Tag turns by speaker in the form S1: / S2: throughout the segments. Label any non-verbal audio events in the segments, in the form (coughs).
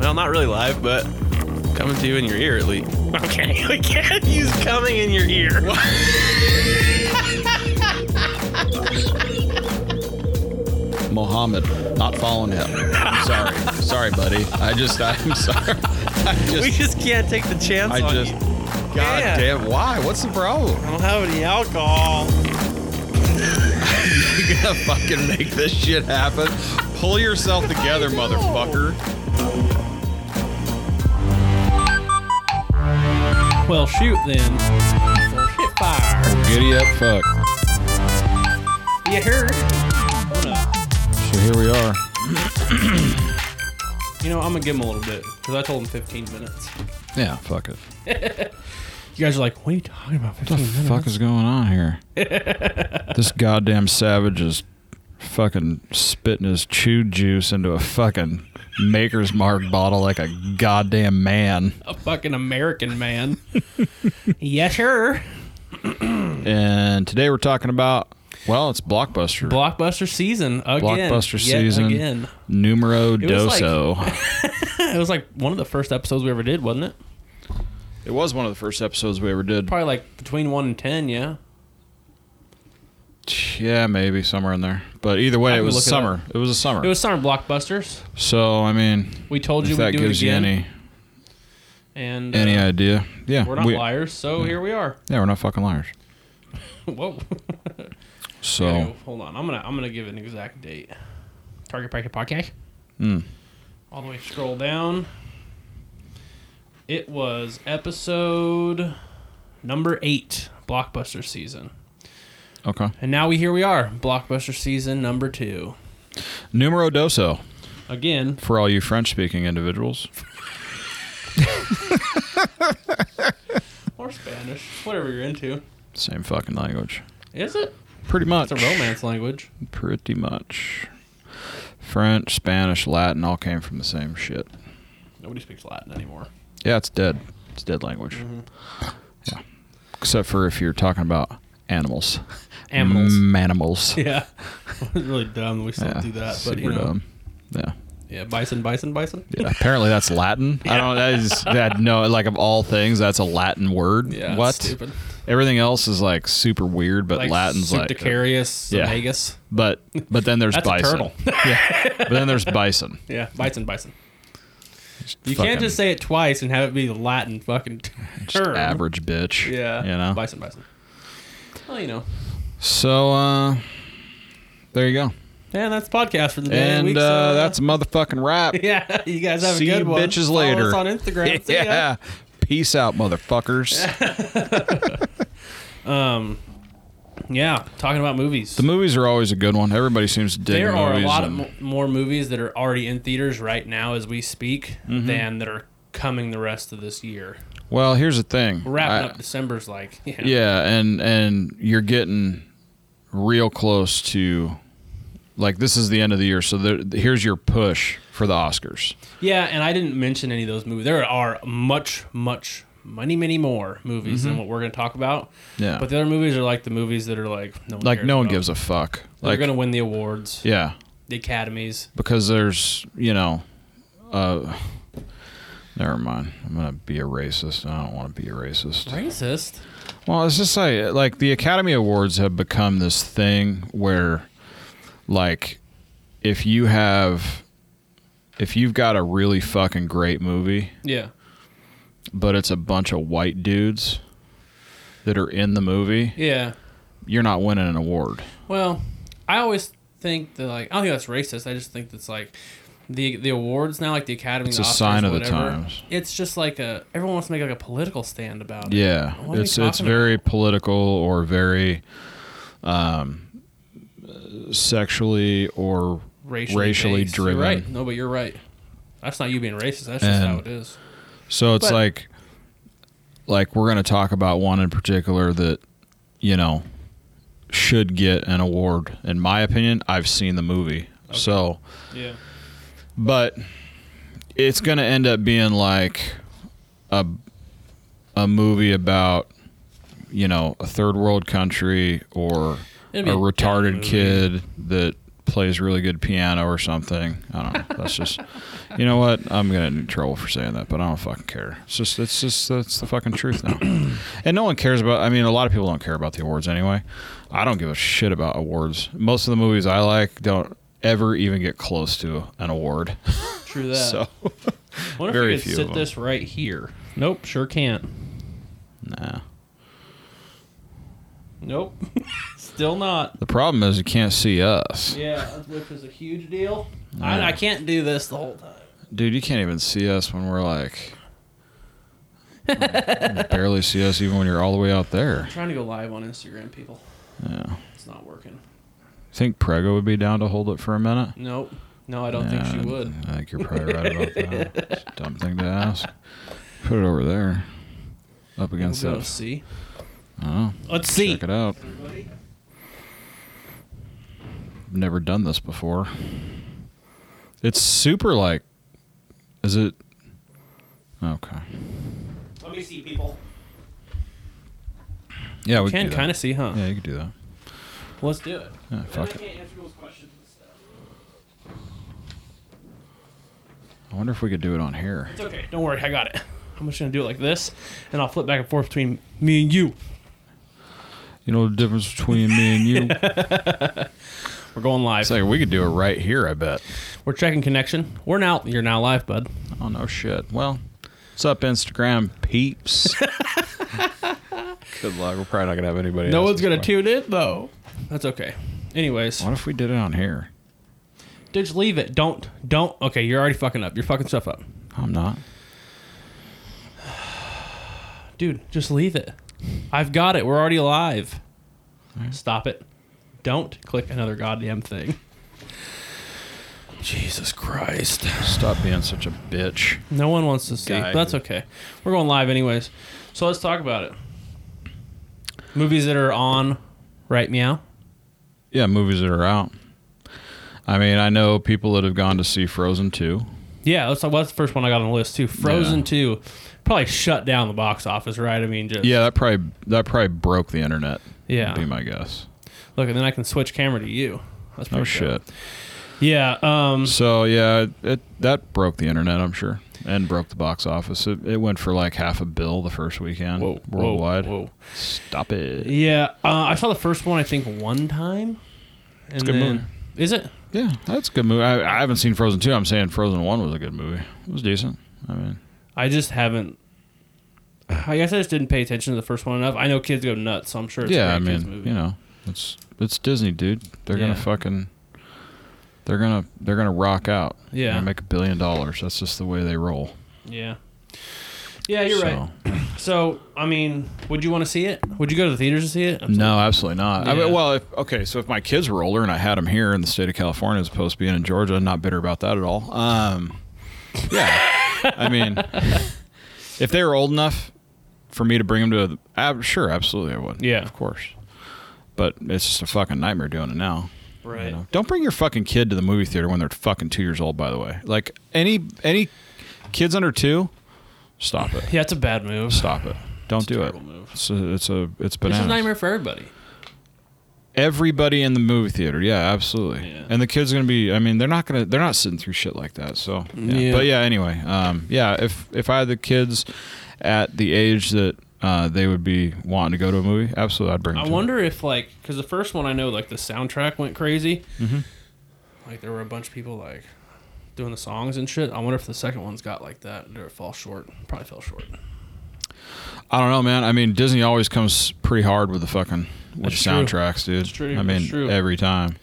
S1: Well, not really live, but coming to you in your ear at least.
S2: Okay, (laughs) we can't use coming in your ear.
S3: Mohammed, not following him. Sorry, sorry, buddy. I just, I'm (laughs) sorry. I
S2: (laughs) We
S3: just,
S2: just can't take the chance.
S3: I
S2: on
S3: just.
S2: you.
S3: God
S2: Yeah.
S3: damn! Why? What's the problem? (laughs)
S2: I don't have any alcohol.
S3: You gotta fucking make this shit happen. Pull yourself together, motherfucker.
S2: Well, shoot then. Well, shit fire.
S3: Giddy up, fuck.
S2: You heard? Oh, no.
S3: So here we are.
S2: You know, I'm gonna give him a little bit because I told him 15 minutes.
S3: Yeah, fuck it.
S2: You guys are like, what are you talking about? 15
S3: What the
S2: minutes?
S3: fuck is going on
S2: (laughs)
S3: here? this goddamn savage is fucking spitting his chewed juice into a fucking Maker's Mark bottle like a goddamn man.
S2: A fucking
S1: (laughs)
S2: American man. yes, sir.
S3: And today we're talking about, well, it's Blockbuster.
S2: Blockbuster season again.
S3: Blockbuster
S2: Yet
S3: season.
S2: again.
S3: Numero
S2: was like-
S3: doso.
S2: (laughs) It was like one of the first episodes we ever did, wasn't it?
S3: it was one of the first episodes we ever did.
S2: Probably like between one and ten. Yeah.
S3: Yeah, maybe somewhere in there. But either way,
S2: I
S3: it
S2: can
S3: was a
S2: look it
S3: summer. It was a summer.
S2: It was summer blockbusters.
S3: so, I mean,
S2: We told you
S3: if
S2: we'd
S3: that
S2: do it
S3: gives you
S2: again.
S3: any
S2: and uh,
S3: any idea, yeah,
S2: we're not
S3: we-
S2: liars, so here we are. (laughs)
S3: Yeah, we're not fucking liars.
S2: Whoa.
S3: So.
S2: Anyway, hold on. I'm gonna I'm gonna give an exact date. Target Packet Podcast.
S3: Hmm.
S2: All the way scroll down. It was episode number eight, Blockbuster season.
S3: Okay.
S2: And now we here we are, Blockbuster season number two.
S3: Numero doso
S2: Again,
S3: for all you French speaking individuals.
S2: or Spanish, whatever you're into.
S3: Same fucking language.
S2: Is it?
S3: Pretty much.
S2: It's a romance language.
S3: Pretty much. French, Spanish, Latin all came from the same shit.
S2: Nobody speaks Latin anymore.
S3: Yeah, it's dead. It's dead language.
S2: Mm-hmm.
S3: Yeah. Except for if you're talking about animals.
S2: (laughs) Animals. (laughs)
S3: Manimals.
S2: (laughs) Yeah. it's really dumb that we still
S3: Yeah,
S2: do that.
S3: super
S2: But you know,
S3: dumb. Yeah.
S2: Yeah, bison, bison, bison.
S3: Yeah, apparently that's Latin. I don't. That is that no. Like of all things, that's a Latin word.
S2: Yeah.
S3: what?
S2: Stupid.
S3: Everything else is like super weird, but Latin's like
S2: Subdicarius,
S3: Yeah.
S2: Vegas.
S3: But but then there's
S2: That's a
S3: bison.
S2: turtle.
S3: yeah. But then there's bison.
S2: Yeah, bison, bison. (laughs) You
S3: Fucking
S2: can't just say it twice and have it be the Latin fucking
S3: just
S2: term.
S3: (laughs) average bitch.
S2: (laughs) Yeah.
S3: You know.
S2: Bison, bison. Well, you know.
S3: So uh there you go.
S2: And that's the podcast for the day.
S3: And
S2: week's,
S3: uh, that's a motherfucking wrap.
S2: (laughs) yeah. (laughs) You guys have
S3: See
S2: a good
S3: you
S2: one.
S3: bitches
S2: Follow
S3: later.
S2: us on
S3: (laughs)
S2: Instagram. See ya.
S3: yeah. Peace out,
S2: (laughs)
S3: motherfuckers.
S2: Yeah. Talking about movies.
S3: the movies are always a good one. Everybody seems to dig
S2: there are a
S3: movies
S2: lot of
S3: and-
S2: mo- more movies that are already in theaters right now as we speak
S3: Mm-hmm.
S2: than that are coming the rest of this year.
S3: Well, here's the thing.
S2: Wrapping
S3: I-
S2: up December's like (laughs) you know,
S3: Yeah, and and you're getting real close to like this is the end of the year, so there, here's your push for the Oscars.
S2: Yeah, and I didn't mention any of those movies. There are much, much, many, many more movies than what we're going to talk about.
S3: Mm-hmm. Yeah.
S2: But the other movies are like the movies that are like no one
S3: Like
S2: cares
S3: no one
S2: about.
S3: gives a fuck.
S2: They're
S3: Like
S2: going to win the awards,
S3: yeah,
S2: the academies.
S3: because there's you know, uh, never mind. I'm gonna be a racist. I don't want to be a racist.
S2: Racist.
S3: Well, it's just like like the Academy Awards have become this thing where, like, if you have, if you've got a really fucking great movie,
S2: Yeah.
S3: but it's a bunch of white dudes that are in the movie,
S2: Yeah.
S3: you're not winning an award.
S2: Well, I always think that like I don't think that's racist. I just think that's like the the awards now, like the Academy.
S3: It's
S2: the
S3: a
S2: Oscars,
S3: sign of the
S2: whatever,
S3: times.
S2: It's just like a everyone wants to make like a political stand about it.
S3: Yeah,
S2: What are we
S3: it's it's
S2: talking
S3: very political or very um, sexually or
S2: Racially,
S3: racially
S2: based.
S3: driven.
S2: You're right. No, but you're right. That's not you being racist. That's just
S3: And-
S2: how it is.
S3: So it's
S2: But-
S3: like, like we're going to talk about one in particular that, you know, should get an award. In my opinion, I've seen the movie. So,
S2: Yeah.
S3: but it's going to end up being like a, a movie about, you know, a third world country or a
S2: It'd be a dumb
S3: retarded
S2: movie.
S3: kid that plays really good piano or something. I don't know. That's just, you know what? I'm gonna get in trouble for saying that, but I don't fucking care. It's just, it's just, that's the fucking truth
S2: (coughs)
S3: now. and no one cares about. I mean, a lot of people don't care about the awards anyway. I don't give a shit about awards. Most of the movies I like don't ever even get close to an award.
S2: True that.
S3: So, (laughs)
S2: what if
S3: very
S2: we could
S3: few of
S2: sit
S3: them.
S2: this right here? Nope, sure can't.
S3: nah.
S2: Nope, (laughs) still not.
S3: The problem is you can't see us,
S2: Yeah, which is a huge deal.
S3: Yeah.
S2: I, I can't do this the whole time. (laughs)
S3: dude. You can't even see us when we're like. you barely see us even when you're all the way out there.
S2: I'm trying to go live on Instagram, people.
S3: Yeah.
S2: It's not working.
S3: Think Prego would be down to hold it for a minute?
S2: Nope. No, I don't think she
S3: Yeah,
S2: would.
S3: I think you're probably right about that. It's a dumb thing to ask. Put it over there, up
S2: We'll
S3: against
S2: go
S3: that.
S2: see.
S3: Oh,
S2: Let's see.
S3: check it out. I've never done this before. It's super like, is it? Okay.
S2: Let me see, people.
S3: Yeah, we
S2: Can
S3: could do
S2: kind
S3: that.
S2: of see, huh?
S3: Yeah, you could do that.
S2: Let's do it.
S3: Yeah, fuck it.
S2: can't answer those questions.
S3: I wonder if we could do it on here.
S2: It's okay. Don't worry. I got it. I'm just going to do it like this, and I'll flip back and forth between me and you.
S3: You know the difference between me and you.
S2: (laughs) We're going live.
S3: It's like we could do it right here. I bet.
S2: We're checking connection. We're now. You're now live, bud.
S3: Oh no shit. Well, what's up Instagram peeps? Good luck. We're probably not gonna have anybody.
S2: no
S3: ask
S2: one's
S3: us
S2: going to
S3: why.
S2: tune in, though. That's okay. Anyways,
S3: What if we did it on here?
S2: just leave it. Don't. Don't. Okay, you're already fucking up. You're fucking stuff up.
S3: I'm not.
S2: Dude, just leave it. I've got it. We're already live. Stop it. Don't click another goddamn thing. Jesus Christ.
S3: Stop being such a bitch.
S2: No one wants to see.
S3: Guy.
S2: But that's okay. We're going live anyways. So let's talk about it. Movies that are on right meow.
S3: Yeah, movies that are out. I mean, I know people that have gone to see Frozen 2.
S2: Yeah, that's, that's the first one I got on the list too. Frozen 2 probably shut down the box office, right? I mean, just
S3: Yeah, that probably that probably broke the internet.
S2: Yeah.
S3: would be my guess.
S2: Look, and then I can switch camera to you. That's
S3: No
S2: pretty
S3: shit.
S2: dope. Yeah, um
S3: So yeah, it that broke the internet. I'm sure, and broke the box office. It, it went for like half a bill the first weekend
S2: whoa, whoa,
S3: worldwide.
S2: whoa.
S3: Stop it.
S2: Yeah, uh, I saw the first one. I think one time. And
S3: a good
S2: then-
S3: movie.
S2: Is it?
S3: Yeah, that's a good movie. I, I haven't seen Frozen 2. I'm saying Frozen 1 was a good movie. It was decent. I mean,
S2: I just haven't. I guess I just didn't pay attention to the first one enough. I know kids go nuts, so I'm sure. It's a
S3: yeah, I
S2: great kids
S3: mean,
S2: movie.
S3: you know, it's it's Disney, dude. They're
S2: Yeah.
S3: gonna fucking, they're gonna they're gonna rock out. They're
S2: Yeah.
S3: gonna make a billion dollars. That's just the way they roll.
S2: Yeah. Yeah, you're
S3: So-
S2: right. So, I mean, would you want to see it? Would you go to the theaters to see it?
S3: No, absolutely not. I
S2: Yeah.
S3: mean, well, if, okay, so if my kids were older and I had them here in the state of California as opposed to being in Georgia, I'm not bitter about that at all. Um, yeah, I mean, if they were old enough for me to bring them to, the, ab- sure, absolutely, I would.
S2: Yeah.
S3: of course. But it's just a fucking nightmare doing it now.
S2: Right.
S3: You know? Don't bring your fucking kid to the movie theater when they're fucking two years old. By the way, like any any kids under two, stop it,
S2: Yeah, it's a bad move.
S3: stop it. Don't do it.
S2: terrible move.
S3: It's a, it's a it's
S2: It's
S3: bananas
S2: a nightmare for everybody.
S3: everybody in the movie theater. Yeah, absolutely.
S2: Yeah.
S3: And the kids are gonna be. I mean, they're not gonna. They're not sitting through shit like that. So. Yeah.
S2: Yeah.
S3: But yeah. Anyway. Um. Yeah. If if I had the kids at the age that uh, they would be wanting to go to a movie, absolutely, I'd bring. Them
S2: I
S3: to
S2: wonder if like because the first one I know like the soundtrack went crazy.
S3: Mm-hmm.
S2: Like there were a bunch of people like doing the songs and shit. I wonder if the second one's got like that. Did it fall short? Probably fell short.
S3: It. I don't know, man. I mean, Disney always comes pretty hard with the fucking with
S2: That's
S3: the
S2: true.
S3: soundtracks, dude.
S2: That's true.
S3: I mean,
S2: That's true.
S3: every time.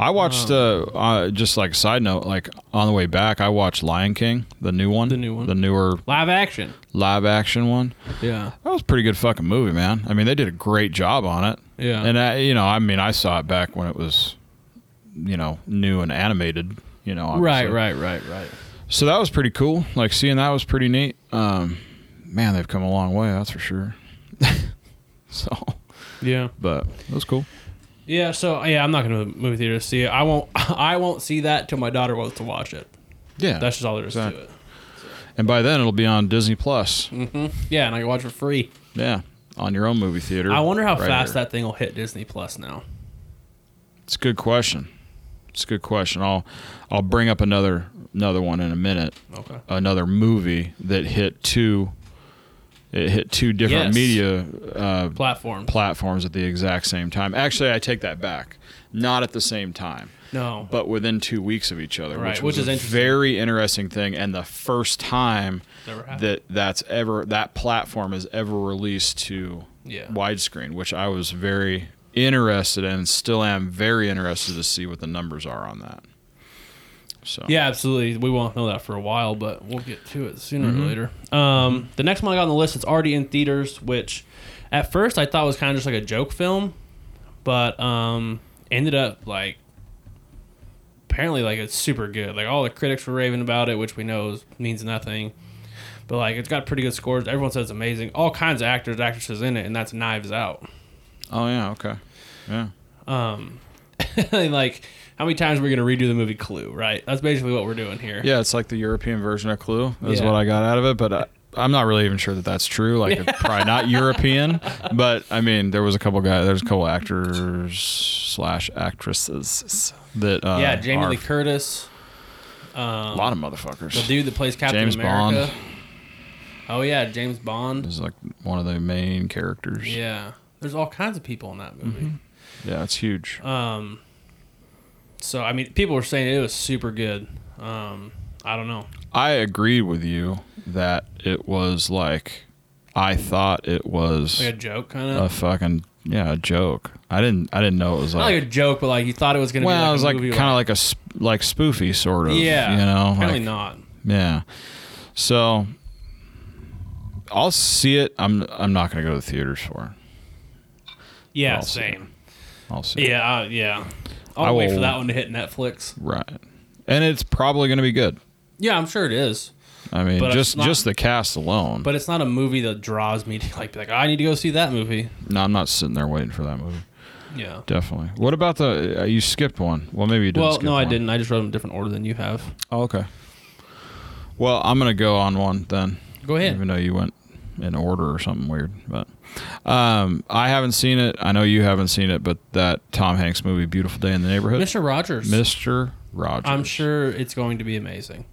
S3: I watched uh, uh just like side note, like on the way back, I watched Lion King, the new one,
S2: The new one.
S3: the newer
S2: Live action.
S3: live action one.
S2: Yeah.
S3: That was a pretty good fucking movie, man. I mean, they did a great job on it.
S2: Yeah.
S3: And I, you know, I mean, I saw it back when it was, you know, new and animated. You know, obviously.
S2: Right, right, right, right.
S3: So that was pretty cool. Like seeing that was pretty neat. Um, man, they've come a long way, that's for
S2: (laughs)
S3: sure. so,
S2: Yeah.
S3: but it was cool.
S2: Yeah, so yeah, I'm not going to the movie theater to see it. I won't (laughs) I won't see that till my daughter wants to watch it.
S3: Yeah.
S2: That's just all there is
S3: Exactly.
S2: to it.
S3: and by then it'll be on Disney Plus.
S2: Mm. Yeah, and I can watch it for free.
S3: Yeah, on your own movie theater.
S2: I wonder how
S3: Right
S2: fast
S3: there.
S2: that thing will hit Disney Plus now.
S3: It's a good question. It's It's a good question. I'll I'll bring up another another one in a minute.
S2: Okay.
S3: Another movie that hit two. It hit two different
S2: Yes.
S3: media uh,
S2: Platform.
S3: platforms at the exact same time. Actually, I take that back. Not at the same time,
S2: no.
S3: but within two weeks of each other,
S2: Right,
S3: which,
S2: which
S3: was
S2: is
S3: a
S2: interesting.
S3: very interesting thing, and the first time
S2: Never happened.
S3: that that's ever that platform is ever released to
S2: Yeah.
S3: widescreen, which I was very interested in, and still am very interested to see what the numbers are on that. So
S2: Yeah, absolutely. We won't know that for a while, but we'll get to it sooner
S3: Mm-hmm.
S2: or later. Um, the next one I got on the list is already in theaters, which at first I thought was kind of just like a joke film, but um, ended up like apparently like it's super good. Like all the critics were raving about it, which we know is, means nothing. But like it's got pretty good scores. Everyone says it's amazing. All kinds of actors, actresses in it, and that's Knives Out. (laughs)
S3: Oh yeah. Okay. Yeah.
S2: like how many times are we gonna redo the movie Clue? Right. That's basically what we're doing here.
S3: Yeah, it's like the European version of Clue. Is
S2: Yeah.
S3: what I got out of it, but I, I'm not really even sure that that's true. Like,
S2: (laughs)
S3: it's probably not European, but I mean, there was a couple guys, there's a couple actors slash actresses that uh,
S2: Yeah, Jamie
S3: are
S2: Lee Curtis.
S3: a lot of motherfuckers.
S2: The dude that plays Captain
S3: James
S2: America.
S3: Bond.
S2: Oh yeah, James Bond.
S3: is like one of the main characters.
S2: Yeah. There's all kinds of people in that movie.
S3: Mm-hmm. yeah, it's huge.
S2: Uh, So I mean people were saying it was super good. Um I don't know.
S3: I agreed with you that it was like I thought it was
S2: Like a joke kind
S3: a
S2: of.
S3: fucking yeah a joke. I didn't I didn't know it was
S2: Not
S3: like
S2: like a joke, but like you thought it was gonna
S3: well,
S2: be
S3: it was
S2: like
S3: like
S2: a
S3: kind
S2: movie
S3: of like a sp- like spoofy sort of.
S2: Yeah.
S3: you know,
S2: apparently
S3: like,
S2: not.
S3: yeah. So I'll see it. I'm I'm not gonna go to the theaters for it.
S2: Yeah,
S3: I'll see it.
S2: same.
S3: I'll see. it.
S2: Yeah, uh, yeah. I'll
S3: I
S2: wait
S3: will-
S2: for that one to hit Netflix.
S3: right. And it's probably gonna be good.
S2: Yeah, I'm sure it is.
S3: I mean,
S2: But
S3: just
S2: it's not-
S3: just the cast alone.
S2: But it's not a movie that draws me (laughs) to like be like, I need to go see that movie.
S3: no, I'm not sitting there waiting for that movie.
S2: Yeah.
S3: Definitely. What about the? Uh, you skipped one. Well, maybe you didn't.
S2: Well,
S3: skip
S2: no, I
S3: one.
S2: didn't. I just wrote them in a different order than you have.
S3: Oh, okay. Well, I'm gonna go on one then.
S2: Go ahead.
S3: Even though you went in order or something weird, but um, I haven't seen it. I know you haven't seen it, but that Tom Hanks movie, Beautiful Day in the Neighborhood,
S2: Mr. Rogers.
S3: Mister Rogers.
S2: I'm sure it's going to be amazing.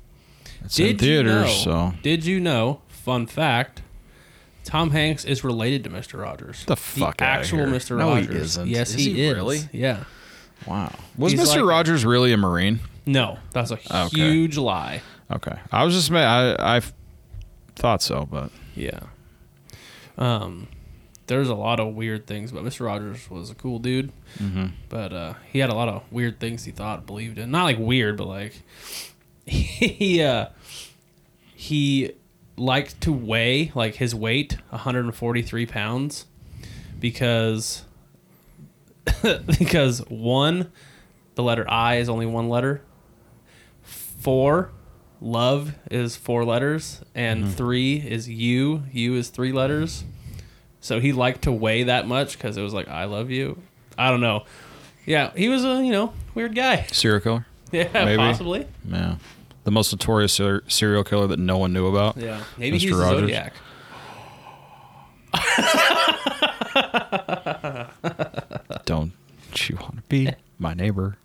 S3: it's in theaters.
S2: you know,
S3: So
S2: Did you know? Fun fact: Tom Hanks is related to Mr. Rogers.
S3: the fuck outta
S2: actual
S3: here.
S2: Mr.
S3: No,
S2: Rogers.
S3: he isn't.
S2: Yes,
S3: Is
S2: he, is.
S3: Really?
S2: Yeah.
S3: Wow. Was
S2: He's
S3: Mister
S2: like-
S3: Rogers really a Marine?
S2: No, that's a
S3: Okay.
S2: huge lie.
S3: Okay. I was just mad. I I thought so, but
S2: Yeah. Um, there's a lot of weird things, but Mr. Rogers was a cool dude. But uh, he had a lot of weird things he thought believed in. Not like weird, but like (laughs) he uh, he liked to weigh like his weight 143 pounds because (laughs) because one the letter I is only one letter. Four love is four letters and
S3: Mm-hmm.
S2: three is you you is three letters so he liked to weigh that much because it was like i love you i don't know yeah he was a you know weird guy (laughs)
S3: serial killer.
S2: yeah
S3: Maybe.
S2: possibly
S3: Yeah. The most notorious ser- serial killer that no one knew about.
S2: yeah maybe
S3: Mr.
S2: he's a
S3: Rogers.
S2: zodiac
S3: Don't you want to
S2: (laughs)
S3: be my neighbor?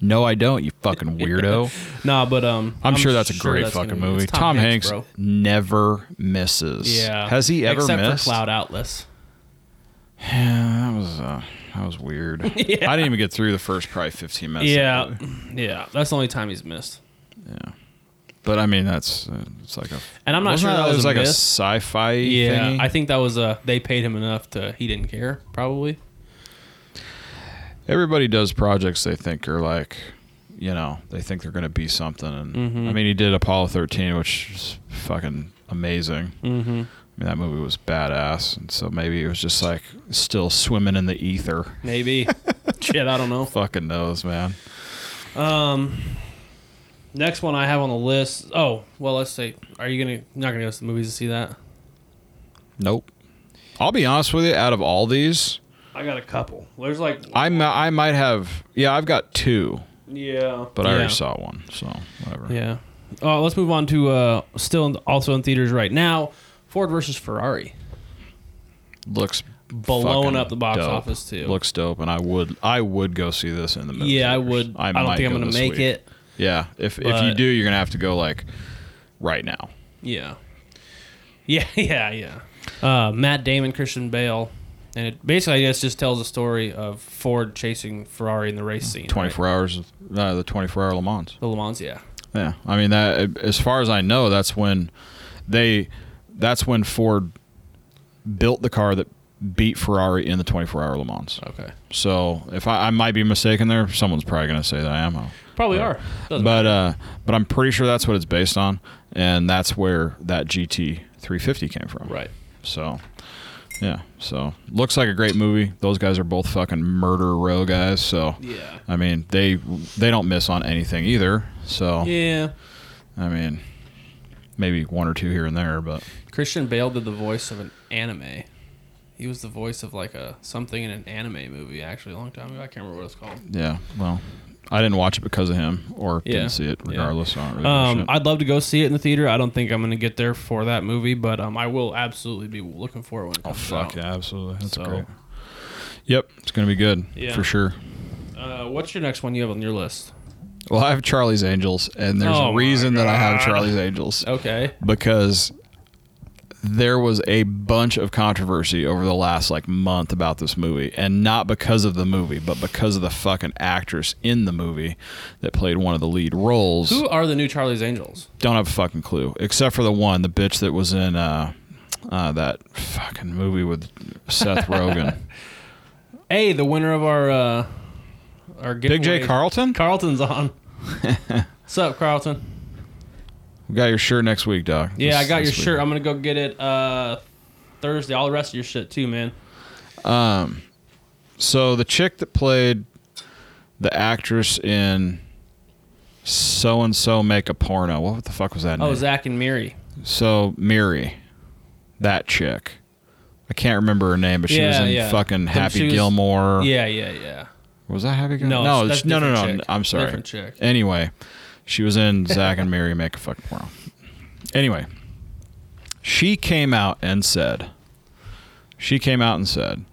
S3: no, I don't, you fucking
S2: (laughs)
S3: weirdo.
S2: nah but um
S3: I'm, sure that's a great
S2: that's
S3: fucking
S2: gonna be-
S3: movie.
S2: it's
S3: Tom, Hanks, never misses.
S2: yeah
S3: Has he ever
S2: except
S3: missed?
S2: for cloud atlas
S3: (sighs) Yeah, that was uh, that was
S2: (laughs)
S3: weird. I didn't even get through the first probably 15 minutes. of the
S2: yeah
S3: movie.
S2: yeah that's the only time he's missed
S3: But I mean, that's uh, it's like a
S2: and i'm not
S3: wasn't
S2: sure that was,
S3: like
S2: a
S3: a
S2: miss.
S3: sci-fi
S2: yeah
S3: thingy?
S2: i think that was a they paid him enough to he didn't care probably
S3: everybody does projects they think are like you know they think they're going to be something and
S2: Mm-hmm.
S3: i mean he did apollo 13 which is fucking amazing mm-hmm. i mean that movie was badass and so maybe it was just like still swimming in the ether (laughs)
S2: maybe shit i don't know Um,
S3: fucking knows man
S2: Next one I have on the list. Oh, well, let's say, are you gonna not gonna go to the movies to see that?
S3: nope i'll be honest with you out of all these
S2: I got a couple. There's like,
S3: i, mi- I might have yeah i've got two
S2: yeah,
S3: but i already saw one so whatever
S2: Yeah. Uh, let's move on to uh, still in, also in theaters right now. Ford versus Ferrari.
S3: looks
S2: blowing
S3: fucking
S2: up the box
S3: dope.
S2: office too.
S3: Looks dope, and I would I would go see this in the movie.
S2: yeah, I
S3: theaters.
S2: would. I, don't
S3: might
S2: think I'm
S3: go
S2: gonna
S3: this
S2: make
S3: week.
S2: it.
S3: Yeah, if if you
S2: but-
S3: do, you're gonna have to go like right now.
S2: Yeah. Yeah, (laughs) yeah, yeah. Uh, Matt Damon, Christian Bale, and it basically, I guess, just tells a story of Ford chasing Ferrari in the race scene. right?
S3: 24 hours, of- uh, the 24 hour Le Mans.
S2: The Le Mans, yeah.
S3: Yeah, I mean that. As far as I know, that's when they, that's when Ford built the car that beat Ferrari in the 24 hour Le Mans.
S2: Okay.
S3: So if I, I might be mistaken there, someone's probably gonna say that I am. I'll-
S2: Probably
S3: Right.
S2: are. Doesn't
S3: but uh, but I'm pretty sure that's what it's based on, and that's where that GT 350 came from.
S2: matter. right.
S3: So, yeah. So looks like a great movie. Those guys are both fucking murder row guys. So
S2: Yeah.
S3: I mean they they don't miss on anything either. So
S2: Yeah.
S3: I mean maybe one or two here and there, but
S2: Christian Bale did the voice of an anime. He was the voice of like a something in an anime movie actually a long time ago. I can't remember what it's called.
S3: yeah. Well, I didn't watch it because of him or
S2: Yeah.
S3: didn't see it
S2: Yeah.
S3: regardless. So I don't really give
S2: Um,
S3: a shit.
S2: I'd love to go see it in the theater. I don't think I'm going to get there for that movie, but um, I will absolutely be looking for it when it
S3: Oh
S2: comes
S3: fuck
S2: out.
S3: yeah, absolutely. That's
S2: So-
S3: great. Yep, it's gonna be good
S2: Yeah.
S3: for sure.
S2: Uh, what's your next one you have on your list?
S3: Well, I have Charlie's Angels, and there's
S2: Oh,
S3: a
S2: my
S3: reason that I have
S2: God. Oh.
S3: Charlie's Angels
S2: Okay.
S3: because there was a bunch of controversy over the last like month about this movie, and not because of the movie, but because of the fucking actress in the movie that played one of the lead roles.
S2: Who are the new Charlie's Angels?
S3: Don't have a fucking clue, except for the one, the bitch that was in uh, uh, that fucking movie with
S2: (laughs)
S3: Seth Rogen,
S2: Hey, the winner of our uh, our
S3: Big J
S2: giveaway-
S3: Carlton. (laughs)
S2: Carlton's on. What's up, Carlton?
S3: We got your shirt next week, dog.
S2: Yeah, I
S3: This-
S2: got your
S3: this week.
S2: shirt. I'm gonna go get it uh, Thursday. All the rest of your shit too, man.
S3: So the chick that played the actress in so and so make a porno. What the fuck was that?
S2: Oh,
S3: name?
S2: Zach and Miri.
S3: so Miri, that chick. I can't remember her name, but she was
S2: Yeah,
S3: in
S2: yeah.
S3: fucking
S2: But
S3: Happy
S2: she was-
S3: Gilmore.
S2: Yeah, yeah, yeah.
S3: Was that Happy Gilmore?
S2: No,
S3: no,
S2: that's
S3: she- no, no, no.
S2: different chick.
S3: I'm sorry.
S2: Different chick.
S3: Anyway, she was in Zach and Mary Make a Fucking Porno. Anyway, she came out and said, she came out and said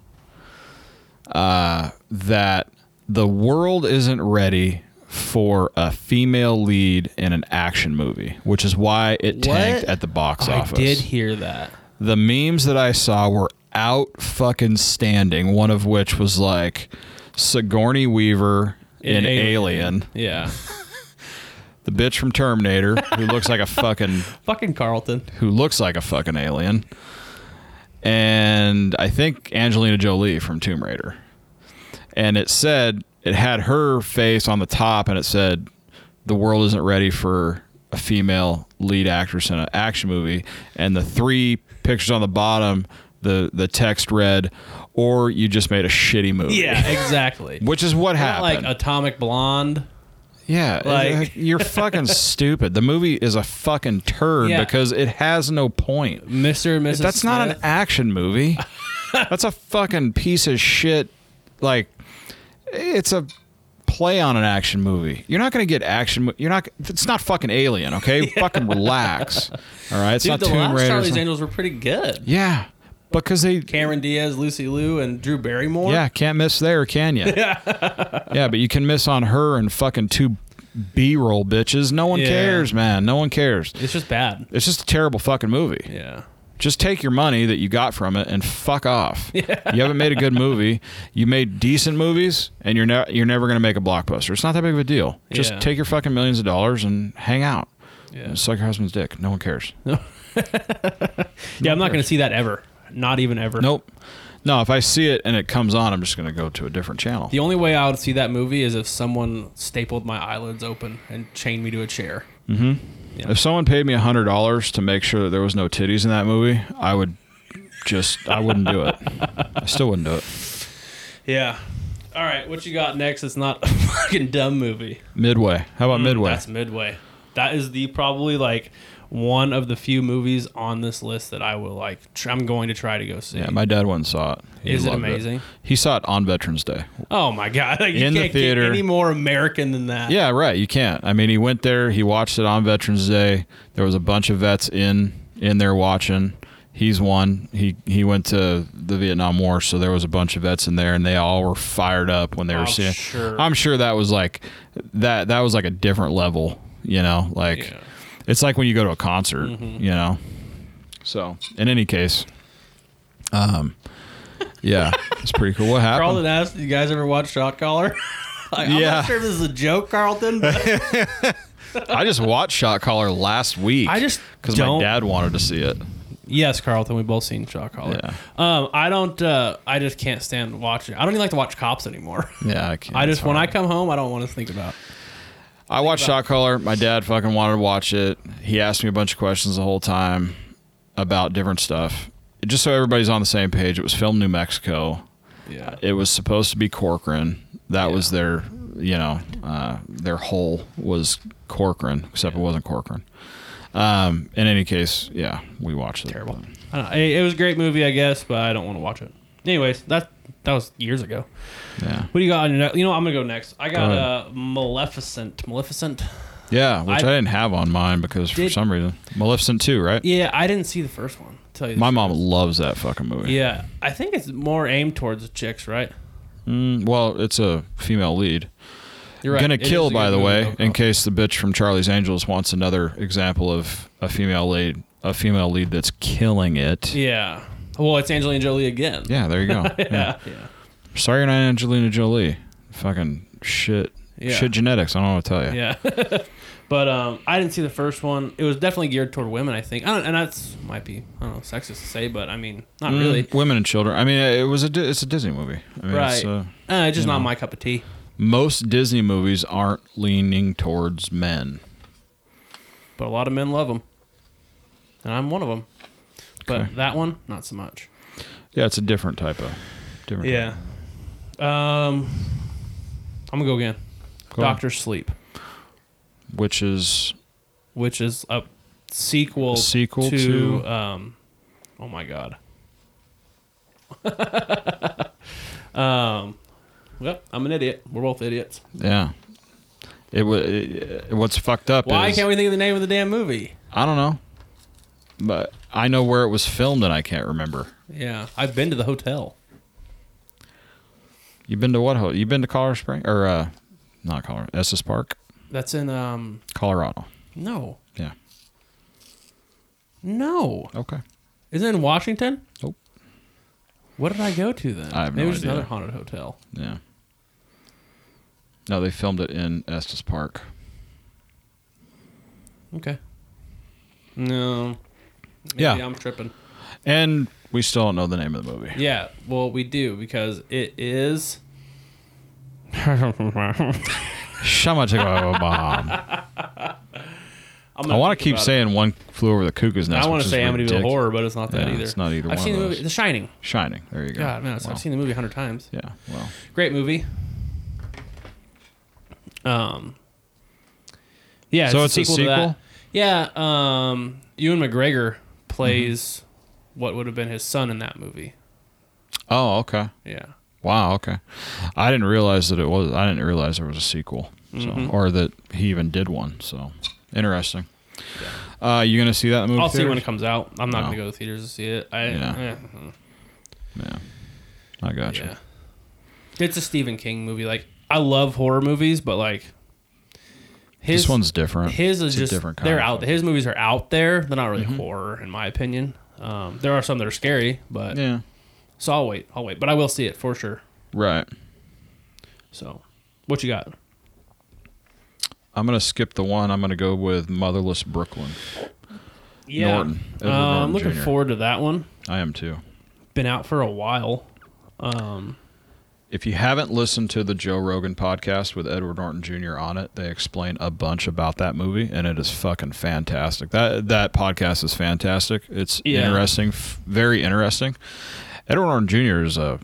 S3: uh, that the world isn't ready for a female lead in an action movie, which is why it tanked
S2: What?
S3: at the box
S2: I
S3: office
S2: did hear that.
S3: the memes that I saw were out fucking standing. One of which was like Sigourney Weaver in
S2: In Alien.
S3: Alien, (laughs)
S2: Yeah.
S3: the bitch from Terminator who looks like a fucking
S2: Fucking Carlton.
S3: who looks like a fucking alien, and I think Angelina Jolie from Tomb Raider. And it said it had her face on the top, and it said the world isn't ready for a female lead actress in an action movie. And the three pictures on the bottom, the the text read, "Or you just made a shitty movie."
S2: Yeah, exactly.
S3: Which is what
S2: Not like
S3: happened.
S2: Atomic Blonde.
S3: yeah,
S2: like-
S3: you're fucking
S2: (laughs)
S3: stupid. The movie is a fucking turd
S2: Yeah.
S3: because it has no point.
S2: Mr. and Mrs.
S3: That's not an
S2: Smith.
S3: action
S2: (laughs)
S3: movie. That's a fucking piece of shit. Like, it's a play on an action movie. You're not going to get action. mo- You're not. It's not fucking Alien.
S2: (laughs)
S3: Okay, fucking relax. All right, it's
S2: Dude,
S3: not
S2: the
S3: Tomb
S2: last
S3: Raider.
S2: Charlie's
S3: it's not-
S2: Angels were pretty good.
S3: yeah, because they.
S2: Cameron Diaz, Lucy Liu, and Drew Barrymore.
S3: Yeah, can't miss there, can
S2: (laughs)
S3: you? yeah, but you can miss on her and fucking two B-roll bitches. No one
S2: Yeah.
S3: cares, man. No one cares.
S2: It's just bad.
S3: It's just a terrible fucking movie.
S2: Yeah.
S3: just take your money that you got from it and fuck
S2: (laughs)
S3: off. You haven't made a good movie. You made decent movies, and you're ne- you're never going to make a blockbuster. It's not that big of a deal. Just
S2: Yeah.
S3: take your fucking millions of dollars and hang out.
S2: Yeah.
S3: And suck your husband's dick. No one cares.
S2: Yeah, I'm not going to see that ever. Not even ever.
S3: Nope. No, if I see it and it comes on, I'm just going to go to a different channel.
S2: The only way I would see that movie is if someone stapled my eyelids open and chained me to a chair.
S3: If someone paid me hundred dollars to make sure that there was no titties in that movie, I would just I wouldn't do it. I still wouldn't do it.
S2: Yeah. All right, what you got next? It's not a (laughs) fucking dumb movie.
S3: Midway. How about Midway?
S2: Hmm, That's Midway. That is the probably like one of the few movies on this list that I will like. Tr- I'm going to try to go see.
S3: Yeah, my dad once saw it. He
S2: Is it
S3: loved
S2: amazing?
S3: He saw it on Veterans Day.
S2: oh my god! (laughs) Like, you
S3: In the
S2: can't
S3: theater.
S2: get any more American than that.
S3: Yeah, right. You can't. I mean, he went there. He watched it on Veterans Day. There was a bunch of vets in in there watching. he's one. He he went to the Vietnam War, so there was a bunch of vets in there, and they all were fired up when they were
S2: I'm
S3: seeing.
S2: Oh, sure.
S3: I'm sure that was like that. That was like a different level, you know. Like
S2: Yeah. Mm-hmm.
S3: it's like when you go to a concert, you know. So in any case, um, yeah, it's pretty cool. What
S2: Carlton
S3: happened?
S2: asked, "You guys ever watch Shot Caller?" (laughs) Like, I'm
S3: Yeah.
S2: not sure if this is a joke, Carlton.
S3: (laughs)
S2: But
S3: I just watched Shot Caller last week. (laughs)
S2: I just
S3: because my
S2: don't-
S3: dad wanted to see it.
S2: yes, Carlton. We both seen Shot Caller.
S3: Yeah.
S2: Um, I don't. Uh, I just can't stand watching. I don't even like to watch cops anymore. (laughs)
S3: Yeah, I, can't,
S2: I
S3: it's
S2: just when
S3: hard.
S2: I come home, I don't want to think about.
S3: I watched Shot Caller. My dad fucking wanted to watch it. He asked me a bunch of questions the whole time about different stuff. Just so everybody's on the same page, it was filmed in New Mexico.
S2: Yeah.
S3: It was supposed to be Corcoran. That was their, you know, uh, their whole was Corcoran, except it wasn't Corcoran. Um, in any case, yeah, we watched it. Terrible.
S2: I don't know. It, it was a great movie, I guess, but I don't want to watch it. Anyways, that that was years ago.
S3: Yeah.
S2: What do you got on your next? You know, what? I'm gonna go next. I got
S3: Go
S2: uh, Maleficent. Maleficent.
S3: Yeah, which I,
S2: I-
S3: didn't have on mine because for
S2: Did-
S3: some reason. Maleficent 2, right?
S2: Yeah, I didn't see the first one. Tell you. the
S3: My
S2: truth.
S3: mom loves that fucking movie.
S2: Yeah, I think it's more aimed towards chicks, right?
S3: Mm, well, it's a female lead.
S2: You're right.
S3: Gonna
S2: It
S3: kill,
S2: is a
S3: by
S2: good
S3: the
S2: movie,
S3: way,
S2: though.
S3: in case the bitch from Charlie's Angels wants another example of a female lead, a female lead that's killing it. Yeah,
S2: Yeah. Well, it's Angelina Jolie again.
S3: there
S2: (laughs)
S3: you go. yeah.
S2: Yeah. yeah.
S3: Sorry, you're not Angelina Jolie. Fucking shit,
S2: Yeah.
S3: shit genetics. I don't know what to tell you.
S2: Yeah. (laughs) but um, I didn't see the first one. It was definitely geared toward women, I think. I don't, and that's might be I don't know sexist to say, but I mean not
S3: Mm,
S2: really.
S3: women and children. I mean, it was a Di- it's a Disney movie. I mean,
S2: right.
S3: It's, uh,
S2: uh, it's just
S3: you
S2: not
S3: know.
S2: my cup of tea.
S3: most Disney movies aren't leaning towards men.
S2: But a lot of men love them, and I'm one of them. But
S3: Okay.
S2: that one, not so much.
S3: Yeah, it's a different type of. Different
S2: Yeah. Um, I'm gonna go again.
S3: Go on.
S2: Doctor Sleep,
S3: which is
S2: which is a sequel,
S3: A sequel
S2: to,
S3: to-
S2: um, oh my god. (laughs) um, well, I'm an idiot. We're both idiots.
S3: yeah. It, wa- it what's fucked up.
S2: Why
S3: is,
S2: can't we think of the name of the damn movie?
S3: I don't know. But I know where it was filmed and I can't remember.
S2: Yeah, I've been to the hotel.
S3: You've been to what ho You've been to Colorado Spring or uh not Colorado, Estes Park,
S2: That's in um,
S3: Colorado.
S2: no,
S3: Yeah.
S2: no.
S3: Okay.
S2: Is it in Washington?
S3: Nope.
S2: What did I go to then?
S3: I have
S2: Maybe
S3: no
S2: it was
S3: idea.
S2: another haunted hotel.
S3: Yeah. No, they filmed it in Estes Park.
S2: Okay. No. Maybe
S3: Yeah.
S2: I'm tripping.
S3: And we still don't know the name of the movie.
S2: Yeah, well, we do because it is.
S3: Shama Chicka
S2: (laughs)
S3: Bomb.
S2: I'm
S3: I
S2: gonna
S3: want to
S2: think
S3: keep
S2: about it.
S3: saying one flew over the cuckoo's nest.
S2: I want
S3: which
S2: to
S3: is
S2: say Amityville
S3: ridiculous.
S2: Horror, but it's not that
S3: Yeah,
S2: either.
S3: it's not either
S2: I've
S3: one
S2: seen
S3: of
S2: the movie
S3: those.
S2: The Shining.
S3: Shining. There you go.
S2: God, man, I've
S3: Wow.
S2: seen the movie a hundred times.
S3: Yeah. Well.
S2: Great movie. Um. Yeah.
S3: So it's a
S2: to
S3: sequel?
S2: that. Yeah. Um. Ewan McGregor plays
S3: Mm-hmm.
S2: what would have been his son in that movie.
S3: Oh, okay.
S2: Yeah.
S3: Wow. Okay. I didn't realize that it was. I didn't realize there was a sequel, so,
S2: Mm-hmm.
S3: or that he even did one. So interesting. Uh, you gonna see that in the movie?
S2: I'll see
S3: theaters?
S2: when it comes out. I'm not
S3: No.
S2: gonna go to theaters to see it. I,
S3: Yeah.
S2: eh,
S3: Yeah. I gotcha.
S2: Yeah. It's a Stephen King movie. Like I love horror movies, but like his
S3: this one's different.
S2: his is
S3: It's a
S2: just
S3: different kind
S2: they're
S3: of Mm-hmm.
S2: out. His movies are out there. They're not really horror, in my opinion. Um, there are some that are scary, but
S3: Yeah.
S2: so I'll wait. I'll wait, but I will see it for sure.
S3: Right.
S2: So, what you got?
S3: I'm gonna skip the one. I'm gonna go with Motherless Brooklyn. Norton,
S2: Uh,
S3: Edward
S2: I'm
S3: Norton
S2: looking
S3: Jr..
S2: forward to that one.
S3: I am too.
S2: Been out for a while. Um,
S3: If you haven't listened to the Joe Rogan podcast with Edward Norton Jr. on it, they explain a bunch about that movie, and it is fucking fantastic. That that podcast is fantastic. It's
S2: Yeah.
S3: interesting, f- very interesting. Edward Norton Jr. is a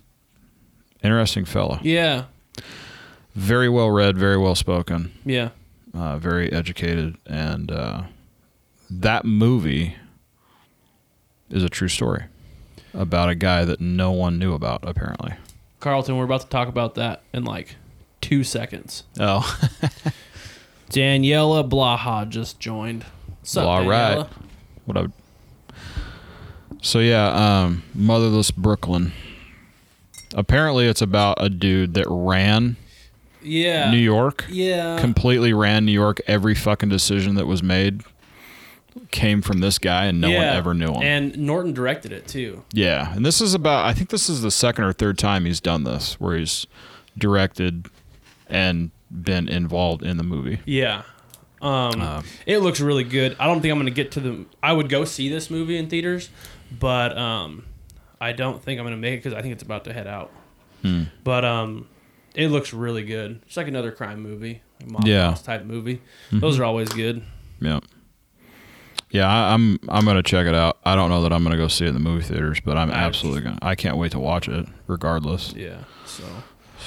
S3: interesting fellow.
S2: yeah,
S3: Very well read, very well spoken,
S2: yeah,
S3: uh, very educated, and uh, that movie is a true story about a guy that no one knew about apparently.
S2: Carlton. We're about to talk about that in like two seconds.
S3: Oh.
S2: Daniela Blaha just joined. What's up,
S3: Well, all
S2: Daniela?
S3: right. What up? So yeah, um, Motherless Brooklyn. Apparently, it's about a dude that ran
S2: Yeah.
S3: New York.
S2: Yeah.
S3: Completely ran New York. Every fucking decision that was made came from this guy, and no one
S2: Yeah.
S3: ever knew him.
S2: And Norton directed it too.
S3: yeah, and this is about. I think this is the second or third time he's done this, where he's directed and been involved in the movie.
S2: Yeah. Um, it looks really good. I don't think I'm going to get to the. I would go see this movie in theaters, but um, I don't think I'm going to make it because I think it's about to head out. But um, it looks really good. It's like another crime movie, like mob
S3: Yeah.
S2: boss type movie. Those are always good.
S3: Yeah. Yeah, I, I'm I'm gonna check it out. I don't know that I'm gonna go see it in the movie theaters, but I'm absolutely gonna. I can't wait to watch it, regardless.
S2: Yeah. So.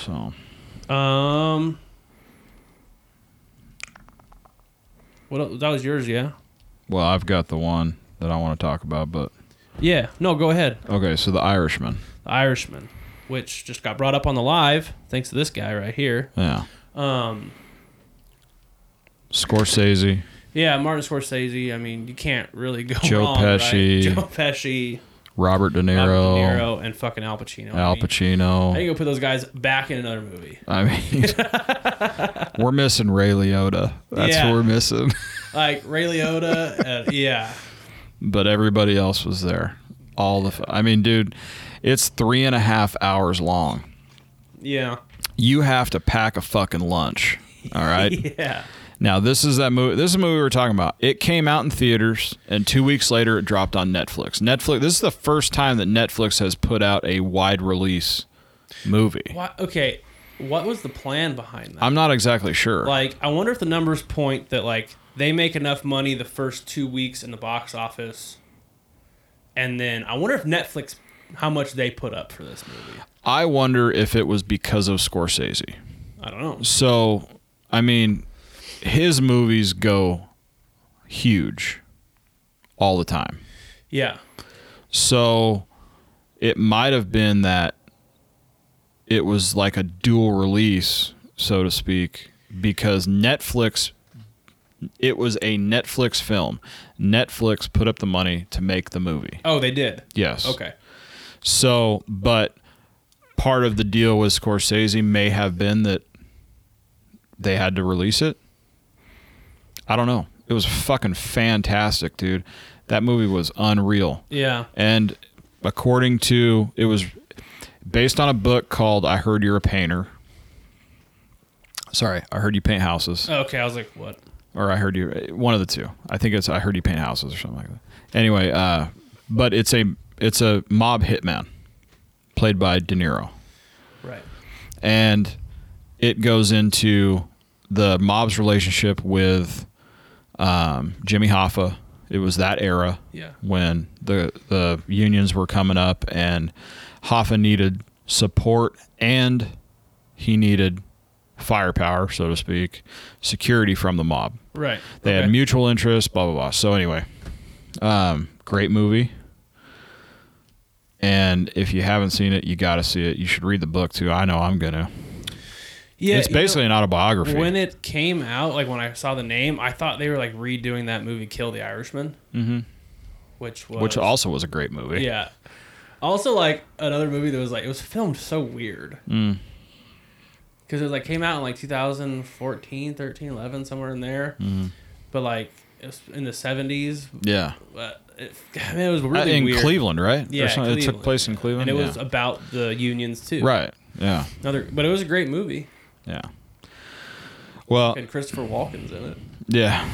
S3: So
S2: Um. What el- that was yours, yeah.
S3: Well, I've got the one that I want to talk about, but
S2: Yeah. No, go ahead.
S3: okay. So the Irishman.
S2: The Irishman, which just got brought up on the live, thanks to this guy right here.
S3: Yeah.
S2: Um,
S3: Scorsese.
S2: yeah, Martin Scorsese. I mean, you can't really go
S3: Joe
S2: wrong, right?
S3: Pesci,
S2: (laughs) Joe Pesci,
S3: Robert De Niro.
S2: Robert De Niro, and fucking Al Pacino. I
S3: Al
S2: mean, I
S3: Pacino.
S2: think you put those guys back in another movie.
S3: I mean, (laughs) we're missing Ray Liotta. That's
S2: Yeah.
S3: who we're missing.
S2: Like
S3: (laughs)
S2: Ray Liotta. uh, yeah,
S3: But everybody else was there. All the. f- I mean, dude, it's three and a half hours long.
S2: yeah,
S3: You have to pack a fucking lunch. All right.
S2: (laughs) yeah.
S3: Now this is that movie. This is the movie we were talking about. It came out in theaters, and two weeks later, it dropped on Netflix. Netflix. This is the first time that Netflix has put out a wide release movie.
S2: Why, okay, what was the plan behind that?
S3: I'm not exactly sure.
S2: like i wonder if the numbers point that like they make enough money the first two weeks in the box office and then i wonder if netflix how much they put up for this movie
S3: I wonder if it was because of Scorsese.
S2: i don't know
S3: So, I mean, his movies go huge all the time.
S2: yeah
S3: So it might have been that it was like a dual release, so to speak, because Netflix it was a Netflix film. Netflix put up the money to make the movie.
S2: oh they did
S3: Yes.
S2: okay
S3: So, but part of the deal with Scorsese may have been that they had to release it. I don't know. It was fucking fantastic, dude. That movie was unreal.
S2: yeah
S3: And according to it was based on a book called I Heard You're a Painter. Sorry, I heard you paint houses.
S2: okay i was like what
S3: Or I heard you one of the two. I think it's I heard you paint houses or something like that. Anyway, uh but it's a it's a mob hitman played by De Niro
S2: right
S3: and it goes into the mob's relationship with um, Jimmy Hoffa. It was that era
S2: Yeah.
S3: when the the unions were coming up, and Hoffa needed support and he needed firepower, so to speak, security from the mob.
S2: right
S3: They
S2: okay.
S3: had mutual interests, blah blah blah. So anyway, um, great movie. And if you haven't seen it, you got to see it. You should read the book too. I know I'm gonna.
S2: yeah
S3: it's
S2: you know,
S3: basically an autobiography.
S2: when it came out like when i saw the name i thought they were like redoing that movie kill the irishman mm-hmm. which was
S3: which also was a great movie.
S2: Yeah. Also, like another movie that was like it was filmed so weird.
S3: Mm.
S2: Because it was like came out in like 2014, 13, 11, somewhere in there.
S3: Mm-hmm.
S2: But like it was in the 70s,
S3: Yeah.
S2: but it, (laughs) I mean, it was
S3: Uh,
S2: really
S3: in
S2: weird.
S3: Cleveland, right?
S2: Yeah,
S3: Or something. it took
S2: Cleveland,
S3: place in Cleveland.
S2: and it
S3: yeah.
S2: was about the unions too.
S3: right. Yeah.
S2: Another, but it was a great movie.
S3: Yeah. Well,
S2: And Christopher Walken's in it.
S3: yeah.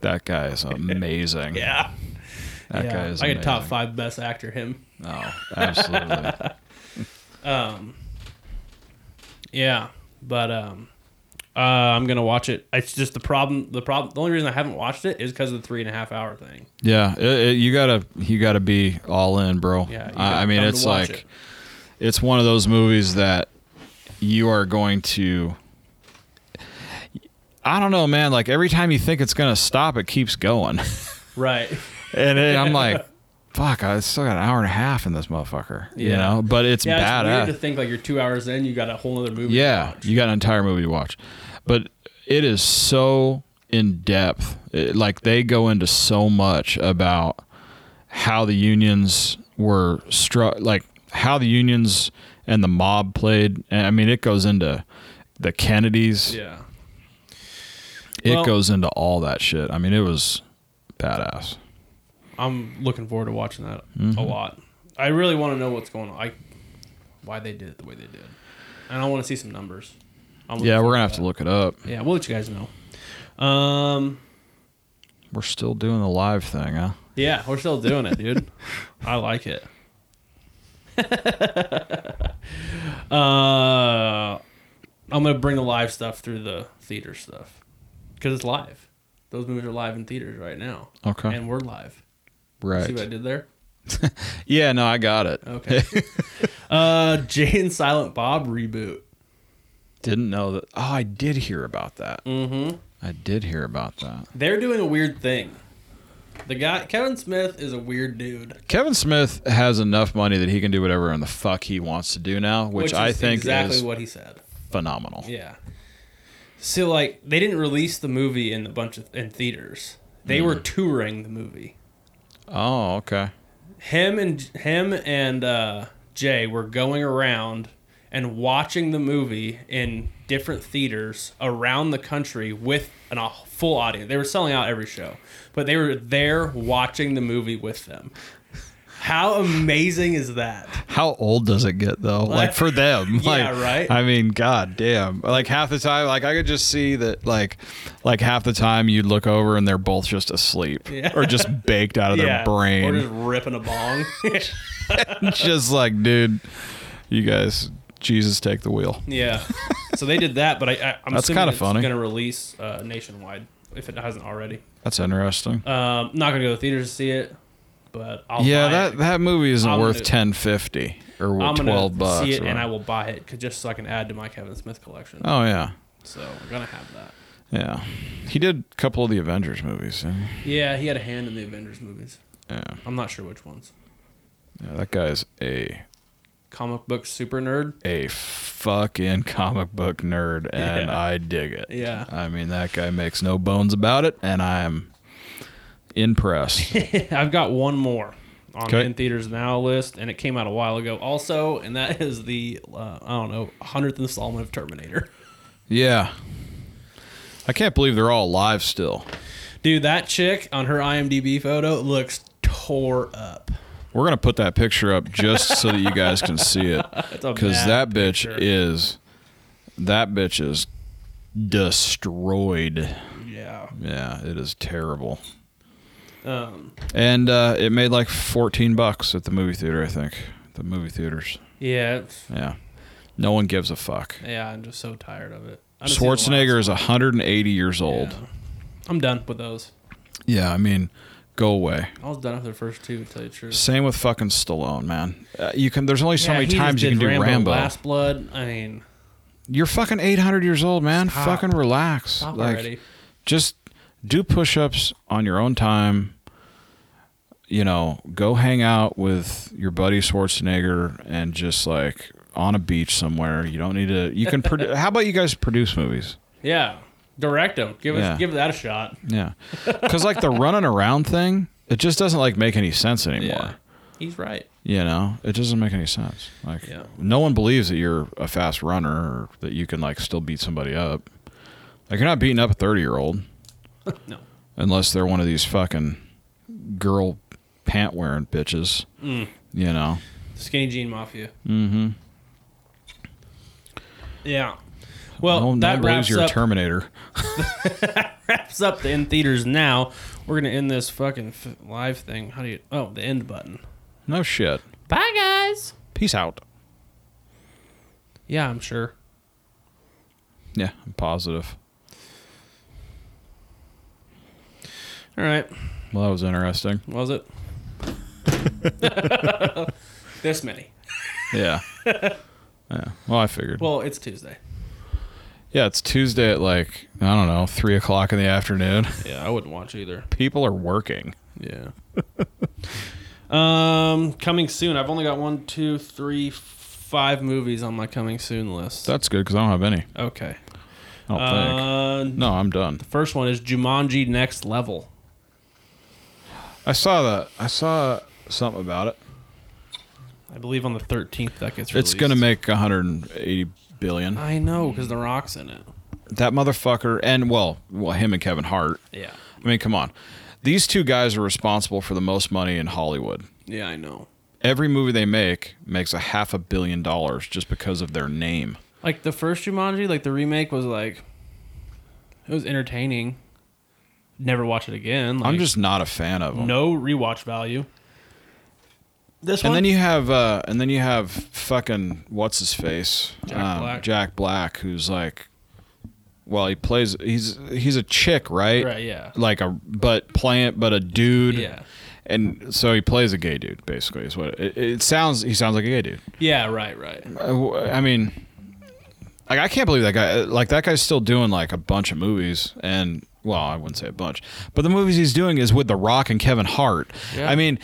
S3: That guy
S2: (laughs)
S3: is amazing.
S2: Yeah.
S3: That
S2: yeah.
S3: guy is
S2: like a top
S3: amazing.
S2: five best actor. Him.
S3: Oh, absolutely.
S2: Yeah, but um, uh, I'm gonna watch it. It's just the problem. The problem. The only reason I haven't watched it is because of the three and a half hour thing.
S3: yeah, it, it- you gotta you gotta be all in, bro.
S2: Yeah, you gotta
S3: I, I mean,
S2: come to
S3: it's
S2: watch
S3: like
S2: it.
S3: it's one of those movies that you are going to. I don't know, man. Like every time you think it's gonna stop, it keeps going. (laughs)
S2: Right. (laughs)
S3: And then I'm like, fuck, I still got an hour and a half in this motherfucker. You
S2: Yeah.
S3: know? But it's
S2: Yeah, it's
S3: badass.
S2: weird to think like you're two hours in, you got a whole other movie.
S3: yeah.
S2: To watch.
S3: You got an entire movie to watch. But it is so in depth. It- like they go into so much about how the unions were struck, like how the unions and the mob played. And I mean, it goes into the Kennedys.
S2: Yeah.
S3: It
S2: Well-
S3: goes into all that shit. I mean, it was badass.
S2: I'm looking forward to watching that
S3: Mm-hmm.
S2: a lot. I really want to know what's going on. I why they did it the way they did, and I want to see some numbers. I'm looking
S3: Yeah, we're
S2: forward
S3: gonna have to
S2: that.
S3: look it up.
S2: Yeah, we'll let you guys know. Um,
S3: We're still doing the live thing, huh?
S2: yeah, we're still doing it,
S3: (laughs)
S2: dude. I like it. (laughs) uh, I'm gonna bring the live stuff through the theater stuff because it's live. Those movies are live in theaters right now,
S3: Okay,
S2: and we're live. See what I
S3: right.
S2: did Oh. there?
S3: Yeah, no, I got it. (laughs)
S2: Okay. (laughs) uh, Jay and Silent Bob reboot.
S3: Didn't know that. Oh, I did hear about that.
S2: Mm-hmm.
S3: I did hear about that.
S2: They're doing a weird thing. The guy Kevin Smith is a weird dude,
S3: Kevin Smith has enough money that he can do whatever in the fuck he wants to do now, which,
S2: is
S3: I think
S2: exactly
S3: is
S2: what he said.
S3: phenomenal.
S2: Yeah. So like they didn't release the movie in a bunch of in theaters. They were
S3: Mm-hmm.
S2: touring the movie.
S3: Oh, okay.
S2: Him and him and uh, Jay were going around and watching the movie in different theaters around the country with an, a full audience. They were selling out every show, but they were there watching the movie with them. How amazing is that?
S3: How old does it get though? Like for them,
S2: (laughs) Yeah,
S3: like
S2: right?
S3: I mean, god damn! Like half the time, like I could just see that, like, like half the time you'd look over and they're both just asleep
S2: Yeah.
S3: or
S2: (laughs)
S3: just baked out of their
S2: Or
S3: brain.
S2: just ripping a bong.
S3: (laughs)
S2: (laughs)
S3: just like, dude, you guys, Jesus, take the wheel.
S2: Yeah. so they did that, but I, I, I'm
S3: That's
S2: assuming
S3: kinda
S2: it's
S3: funny.
S2: going to release uh, nationwide if it hasn't already.
S3: That's interesting.
S2: Um, not going to go to the theaters to see it, but I'll
S3: yeah,
S2: buy
S3: that
S2: it.
S3: that movie isn't
S2: I'm
S3: worth
S2: gonna-
S3: ten fifty or
S2: I'm gonna
S3: twelve bucks.
S2: see it
S3: or
S2: and I
S3: whatever.
S2: will buy it 'cause- just so I can add to my Kevin Smith collection.
S3: Oh yeah,
S2: So we're gonna have that.
S3: yeah. He did a couple of the Avengers movies. Yeah,
S2: Yeah, he had a hand in the Avengers movies.
S3: yeah.
S2: I'm not sure which ones.
S3: yeah that guy's a
S2: Comic book super nerd. (laughs)
S3: a fucking comic book nerd, and
S2: Yeah.
S3: I dig it.
S2: Yeah.
S3: I mean that guy makes no bones about it, and I'm
S2: (laughs)
S3: impressed.
S2: I've got one more on
S3: Okay.
S2: the in theaters now list, and it came out a while ago also, and that is the uh, I don't know hundredth installment of Terminator.
S3: yeah. I can't believe they're all alive still.
S2: Dude, that chick on her IMDb photo looks tore up.
S3: We're gonna put that picture up just so that you guys can see it, because that bitch is that bitch is destroyed.
S2: yeah.
S3: Yeah, it is terrible.
S2: Um,
S3: And uh, it made like fourteen bucks at the movie theater, I think. The movie theaters.
S2: yeah, it's-
S3: Yeah, no one gives a fuck.
S2: yeah. I'm just so tired of it. I didn't see the last
S3: Schwarzenegger is 180 years
S2: one.
S3: old.
S2: Yeah. I'm done with those.
S3: Yeah, I mean, go away.
S2: I was done with the first two. To tell you the truth,
S3: Same with fucking Stallone, man. Uh, you can. There's only so
S2: Yeah,
S3: many
S2: he just
S3: times you
S2: did
S3: can do Rambo.
S2: Last Blood. I mean,
S3: You're fucking 800 years old, man.
S2: Stop.
S3: Fucking relax.
S2: stop
S3: like,
S2: already.
S3: just do push-ups on your own time. You know, go hang out with your buddy Schwarzenegger and just like on a beach somewhere. You don't need to. You can. Produ- how about you guys produce movies?
S2: Yeah, direct them. Give
S3: Yeah.
S2: us, give that a shot.
S3: Yeah, because like the running around thing, it just doesn't like make any sense anymore.
S2: he's right.
S3: You know, it doesn't make any sense. Like,
S2: Yeah.
S3: no one believes that you're a fast runner or that you can like still beat somebody up. Like, you're not beating up a thirty-year-old
S2: (laughs) No.
S3: unless they're one of these fucking girl pant-wearing bitches.
S2: Mm.
S3: You know.
S2: Skinny Jean Mafia.
S3: Mm-hmm.
S2: Yeah. Well,
S3: no,
S2: that
S3: one believes
S2: wraps
S3: you're
S2: up
S3: a Terminator.
S2: wraps up the in theaters now. We're gonna end this fucking f- live thing. How do you? Oh, the end button.
S3: No shit.
S2: Bye, guys.
S3: Peace out.
S2: Yeah, I'm sure.
S3: Yeah, I'm positive.
S2: All right.
S3: Well, that was interesting.
S2: Was (laughs) it? this many. (laughs)
S3: Yeah. yeah. Well, I figured.
S2: Well, it's Tuesday.
S3: Yeah, it's Tuesday at like, I don't know, three o'clock in the afternoon. (laughs)
S2: Yeah, I wouldn't watch either.
S3: People are working.
S2: Yeah. (laughs) um, coming soon. I've only got one, two, three, five movies on my coming soon list.
S3: That's good because I don't have any.
S2: Okay.
S3: I don't think.
S2: Uh,
S3: Oh, No, I'm done.
S2: First one is Jumanji Next Level.
S3: I saw that. I saw something about it.
S2: I believe on the 13th that gets
S3: It's
S2: released.
S3: gonna make 180 billion.
S2: I know because The Rock's in it.
S3: That motherfucker, and well, well, him and Kevin Hart.
S2: Yeah.
S3: I mean, come on, these two guys are responsible for the most money in Hollywood.
S2: Yeah, I know.
S3: Every movie they make makes a half a billion dollars just because of their name.
S2: Like the first Jumanji, like the remake was like, it was entertaining. Never watch it again. Like,
S3: I'm just not a fan of them.
S2: no rewatch value. This
S3: And
S2: one,
S3: then you have, uh, and then you have fucking what's his face, Um,
S2: Jack Black.
S3: Jack Black, who's like, well, he plays, he's he's a chick, right?
S2: Right, yeah.
S3: Like a but plant, but a dude.
S2: Yeah.
S3: And so he plays a gay dude, basically. Is what it, it sounds. He sounds like a gay dude.
S2: yeah, right, right.
S3: I, Uh, w- I mean, like I can't believe that guy. uh, Like that guy's still doing like a bunch of movies, and well, I wouldn't say a bunch, but the movies he's doing is with The Rock and Kevin Hart.
S2: Yeah.
S3: I mean,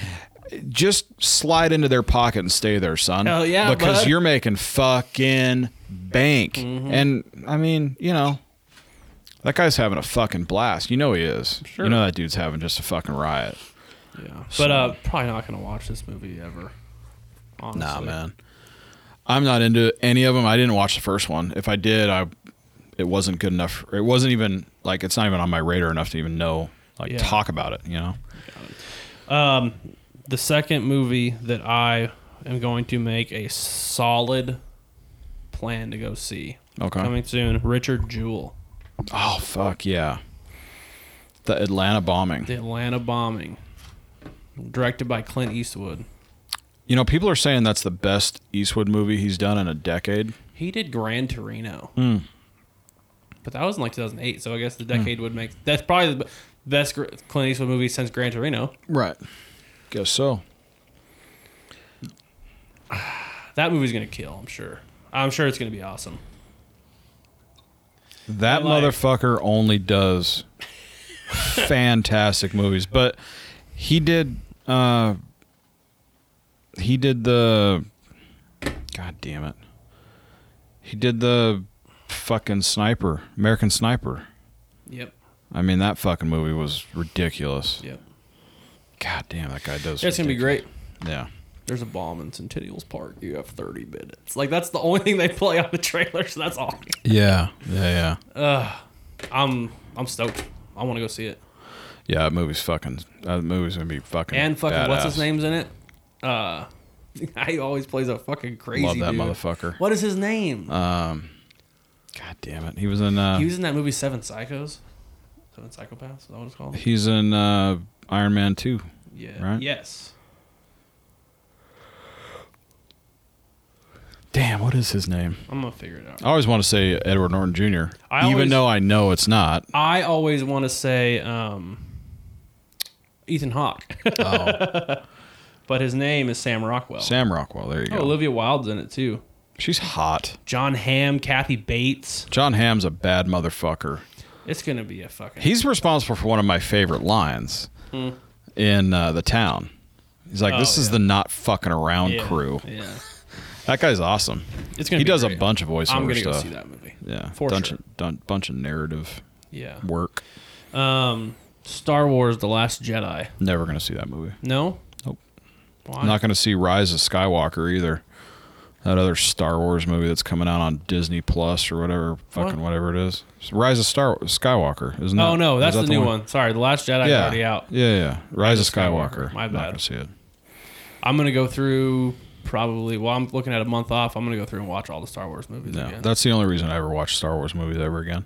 S3: just slide into their pocket and stay there, son.
S2: Hell yeah,
S3: because
S2: bud. Mm-hmm.
S3: you're making fucking bank, and I mean, you know. That guy's having a fucking blast. You know he is.
S2: Sure.
S3: You know that dude's having just a fucking riot.
S2: Yeah, but uh, probably not gonna watch this movie ever. Honestly.
S3: Nah, man. I'm not into any of them. I didn't watch the first one. If I did, I it wasn't good enough. It wasn't even like it's not even on my radar enough to even know like
S2: Yeah.
S3: talk about it. You know,
S2: The second movie that I am going to make a solid plan to go see
S3: Okay.
S2: coming soon. Richard Jewell,
S3: oh fuck yeah, the Atlanta bombing.
S2: The Atlanta Bombing, directed by Clint Eastwood.
S3: You know, people are saying that's the best Eastwood movie he's done in a decade.
S2: He did Gran Torino, but that was in like 2008. So I guess the decade would make that's probably the best Gr- Clint Eastwood movie since Gran Torino.
S3: Right. Guess so.
S2: That movie's gonna kill. I'm sure. I'm sure it's gonna be awesome.
S3: That
S2: But, like-
S3: motherfucker only does fantastic movies, but he did. Uh, he did the. God damn it! He did the fucking sniper, American Sniper.
S2: Yep.
S3: I mean, that fucking movie was ridiculous.
S2: Yep.
S3: God damn, that guy does.
S2: It's gonna be
S3: ridiculous-
S2: great.
S3: Yeah.
S2: There's a bomb in Centennial's Park. You have 30 minutes. Like that's the only thing they play on the trailer, so that's all.
S3: Yeah. Yeah. Yeah.
S2: I'm I'm stoked. I want to go see it.
S3: Yeah. That movie's fucking. That movie's gonna be fucking.
S2: And fucking what's his
S3: badass.
S2: name's in it? Uh (laughs) he always plays a fucking crazy
S3: Love that
S2: dude.
S3: motherfucker. Uh,
S2: What is his name?
S3: God damn it. He was in. Uh,
S2: he was in that movie Seven Psychos. Seven Psychopaths, is that what
S3: (laughs)
S2: it's called?
S3: He's in uh, Iron Man 2.
S2: Yeah.
S3: Right.
S2: Yes.
S3: Damn, what is his name?
S2: I'm going to figure it out.
S3: I always want to say Edward Norton Jr.,
S2: I
S3: even
S2: always-
S3: though I know it's not.
S2: I always want to say um Ethan Hawke,
S3: Oh.
S2: (laughs) but his name is Sam Rockwell.
S3: Sam Rockwell, there you
S2: oh,
S3: go.
S2: Olivia Wilde's in it too.
S3: She's hot.
S2: John Hamm, Kathy Bates.
S3: John Hamm's a bad motherfucker.
S2: It's gonna be a fucking.
S3: He's responsible for one of my favorite lines in uh, The Town. He's like,
S2: Hmm. Oh,
S3: this is
S2: yeah.
S3: the not fucking around
S2: yeah,
S3: crew.
S2: Yeah,
S3: That guy's awesome.
S2: it's gonna.
S3: He
S2: be
S3: does
S2: great.
S3: a bunch of voiceover
S2: I'm gonna
S3: stuff.
S2: go see that movie.
S3: Yeah,
S2: For
S3: bunch,
S2: sure.
S3: of, dun- bunch of narrative
S2: Yeah.
S3: work.
S2: Um, Star Wars: The Last Jedi.
S3: Never gonna see that movie.
S2: No.
S3: Nope.
S2: Why?
S3: I'm not going to see Rise of Skywalker either. That other Star Wars movie that's coming out on Disney Plus or whatever, fucking
S2: What?
S3: whatever it is. It's Rise of Star Skywalker, isn't it?
S2: oh no, that's
S3: that
S2: the, new one? Sorry, The Last Jedi
S3: Yeah.
S2: already out.
S3: Yeah, yeah. Rise,
S2: Rise
S3: of
S2: of
S3: Skywalker.
S2: Skywalker. My
S3: Not
S2: bad.
S3: gonna see it.
S2: I'm gonna go through probably. Well, I'm looking at a month off. I'm gonna go through and watch all the Star Wars movies
S3: No,
S2: again.
S3: that's the only reason I ever watch Star Wars movies ever again.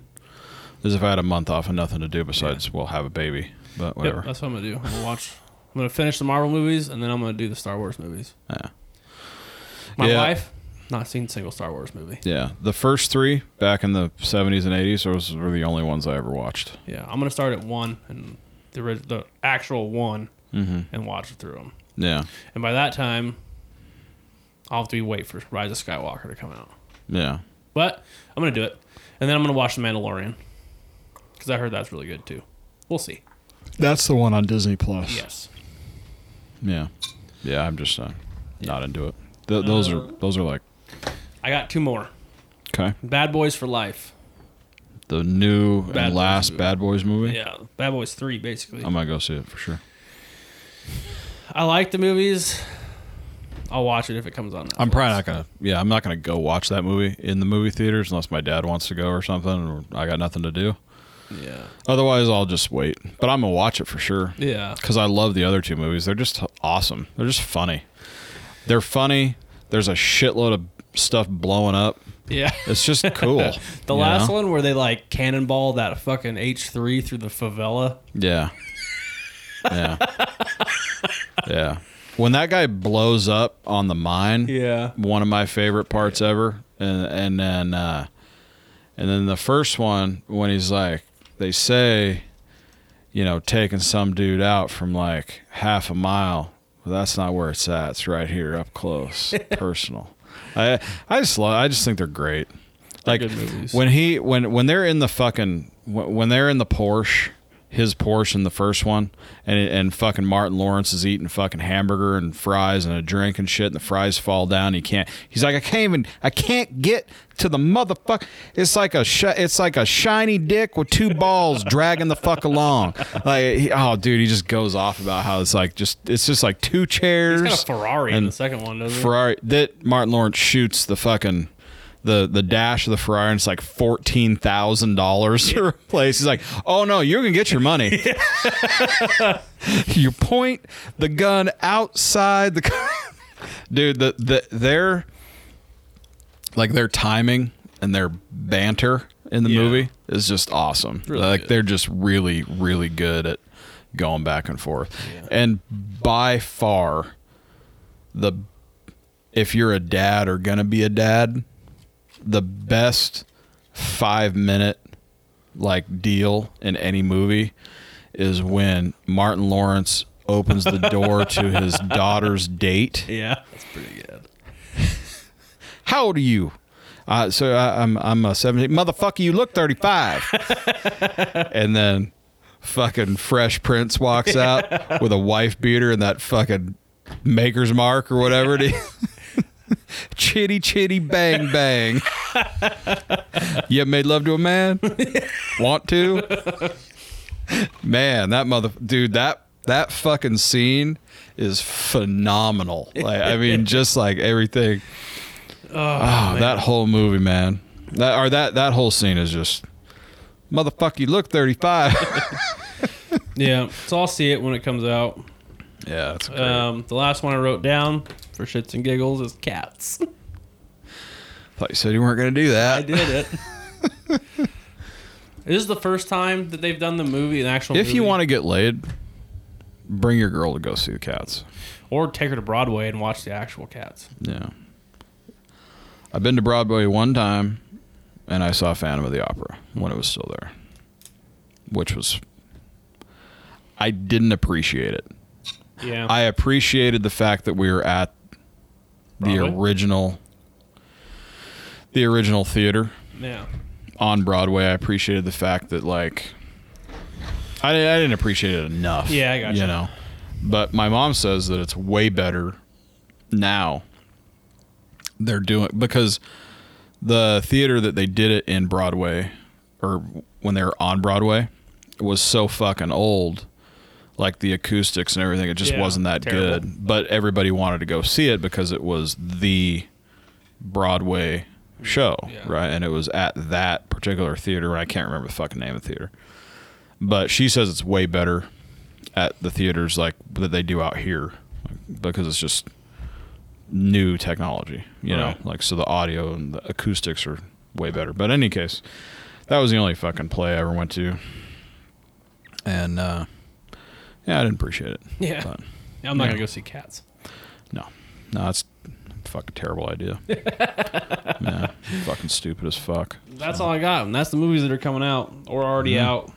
S3: Is if I had a month off and nothing to do besides well have a baby, but
S2: Yep,
S3: whatever.
S2: that's what I'm gonna do. I'm gonna watch. I'm gonna finish the Marvel movies and then I'm gonna do the Star Wars movies.
S3: Yeah.
S2: My
S3: Yeah.
S2: wife, not seen a single Star Wars movie.
S3: yeah, the first three back in the '70s and '80s, those were the only ones I ever watched.
S2: Yeah, I'm gonna start at one and the ori- the actual one
S3: Mm-hmm.
S2: and watch through them.
S3: Yeah,
S2: And by that time, I'll have to be wait for Rise of Skywalker to come out.
S3: yeah.
S2: But I'm gonna do it, and then I'm gonna watch The Mandalorian because I heard that's really good too. We'll see.
S3: That's the one on Disney Plus.
S2: Yes.
S3: Yeah, yeah. I'm just uh, not into it.
S2: Uh,
S3: Th- those are those are like
S2: I got two more.
S3: okay.
S2: Bad Boys for Life.
S3: The new
S2: Bad
S3: and
S2: Boys
S3: last
S2: movie.
S3: Bad Boys movie.
S2: Yeah, Bad Boys three basically.
S3: I might go see it for sure.
S2: I like the movies. I'll watch it if it comes on.
S3: I'm
S2: Netflix.
S3: probably not gonna. Yeah, I'm not gonna go watch that movie in the movie theaters unless my dad wants to go or something. Or I got nothing to do.
S2: Yeah.
S3: Otherwise, I'll just wait. But I'm gonna watch it for sure.
S2: (laughs) Yeah.
S3: because I love the other two movies. They're just awesome. They're just funny. They're funny. There's a shitload of stuff blowing up.
S2: Yeah.
S3: It's just
S2: (laughs)
S3: cool.
S2: The
S3: you
S2: last
S3: know?
S2: one where they like cannonball that fucking H three through the favela.
S3: Yeah. Yeah. yeah. When that guy blows up on the mine,
S2: Yeah.
S3: one of my favorite parts ever. And and then uh, and then the first one when he's like they say, you know, taking some dude out from like half a mile. Well, that's not where it's at. It's right here, up
S2: (laughs)
S3: close, personal. I I just love. I just think they're great. Like
S2: good movies.
S3: when he when when they're in the fucking when when they're in the Porsche, his Porsche in the first one, and and fucking Martin Lawrence is eating fucking hamburger and fries and a drink and shit, and the fries fall down. He can't. He's like, I can't even. I can't get to the motherfucker. It's like a sh- it's like a shiny dick with two balls dragging the fuck along. Like he, oh dude, he just goes off about how it's like just it's just like two chairs.
S2: He's got a Ferrari in
S3: and
S2: the second one, doesn't he?
S3: Ferrari that Martin Lawrence shoots the fucking the the dash of the Ferrari and it's like fourteen thousand dollars to (laughs) replace. He's like, oh no, you're gonna get your money.
S2: (laughs)
S3: (laughs) you point the gun outside the car. (laughs) dude. The the their like their timing and their banter in the
S2: Yeah.
S3: movie is just awesome.
S2: really
S3: like
S2: good.
S3: they're just really really good at going back and forth, and by far the if you're a dad or gonna be a dad, the best five minute like deal in any movie is when Martin Lawrence opens the door to
S2: (laughs)
S3: his daughter's date.
S2: Yeah. That's pretty good.
S3: How old are you? Uh, so I, I'm I'm a 17. Motherfucker, you look 35. and then fucking Fresh Prince walks out with a wife beater and that fucking maker's mark or whatever it is. (laughs) chitty chitty bang bang. you ever made love to a man? Want to? Man, that mother dude, that that fucking scene is phenomenal. Like I mean, just like everything. Oh, that whole movie, man. That or that that whole scene is just motherfucker. You look thirty
S2: (laughs)
S3: five.
S2: Yeah. So I'll see it when it comes out.
S3: yeah, it's great.
S2: Um, the last one I wrote down for shits and giggles is cats. (laughs)
S3: Thought you said you weren't gonna do that.
S2: I did it. (laughs) this is the first time that they've done the movie, an actual.
S3: If you want to get laid, bring your girl to go see the cats.
S2: to, or take her to Broadway and watch the
S3: (sighs)
S2: actual cats.
S3: Yeah. I've been to Broadway one time, and I saw Phantom of the Opera when it was still there, which was. I didn't appreciate it.
S2: Yeah.
S3: I appreciated the fact that we were at the
S2: Broadway?
S3: original the original theater
S2: yeah.
S3: on Broadway. I appreciated the fact that like I, I didn't appreciate it enough.
S2: Yeah, I gotcha.
S3: You know, but my mom says that it's way better now. They're doing because the theater that they did it in Broadway or when they were on Broadway was so fucking old. Like the acoustics and everything, it just
S2: Yeah,
S3: wasn't that
S2: terrible.
S3: good. But everybody wanted to go see it because it was the Broadway show,
S2: Yeah.
S3: right? And it was at that particular theater. and I can't remember the fucking name of the theater, but she says it's way better at the theaters like that they do out here because it's just new technology, you
S2: Right.
S3: know. Like so, the audio and the acoustics are way better. But in any case, that was the only fucking play I ever went to, and uh, yeah, I didn't appreciate it.
S2: Yeah.
S3: But
S2: I'm not
S3: Yeah.
S2: gonna go see cats.
S3: no, no, that's a fucking terrible idea. yeah, fucking stupid as fuck.
S2: That's all I got. And that's the movies that are coming out or already
S3: Mm-hmm.
S2: out.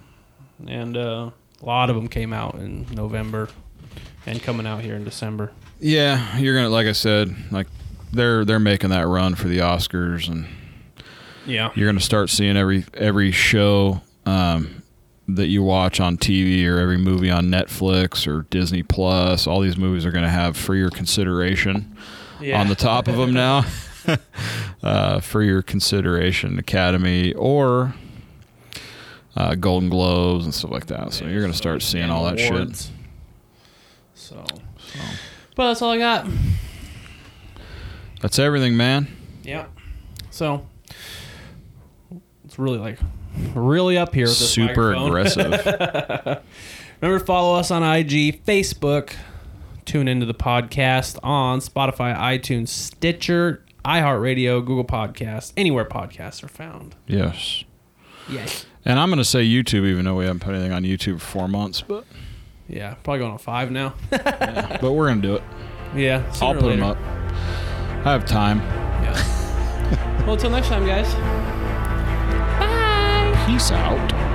S2: And uh, a lot of them came out in November and coming out here in December.
S3: Yeah, you're gonna like I said, like they're they're making that run for the Oscars, and
S2: Yeah.
S3: you're gonna start seeing every every show um, that you watch on TV or every movie on Netflix or Disney Plus. All these movies are gonna have for your consideration
S2: yeah.
S3: on the top of them now. (laughs) uh, for your consideration, Academy or uh, Golden Globes and stuff like that. So you're gonna start seeing all that shit.
S2: So, But that's all I got.
S3: That's everything, man.
S2: Yeah. So it's really like really up here. With this
S3: Super
S2: microphone.
S3: aggressive.
S2: (laughs) Remember to follow us on IG, Facebook. Tune into the podcast on Spotify, iTunes, Stitcher, iHeartRadio, Google Podcasts, anywhere podcasts are found.
S3: yes.
S2: Yes.
S3: And I'm going to say YouTube, even though we haven't put anything on YouTube for four months, but
S2: Yeah, probably going on five (laughs) now.
S3: but we're going to do it.
S2: yeah,
S3: I'll
S2: sooner or
S3: put them
S2: later.
S3: up. I have time. (laughs)
S2: Yeah. well, until next time, guys.
S3: Peace out.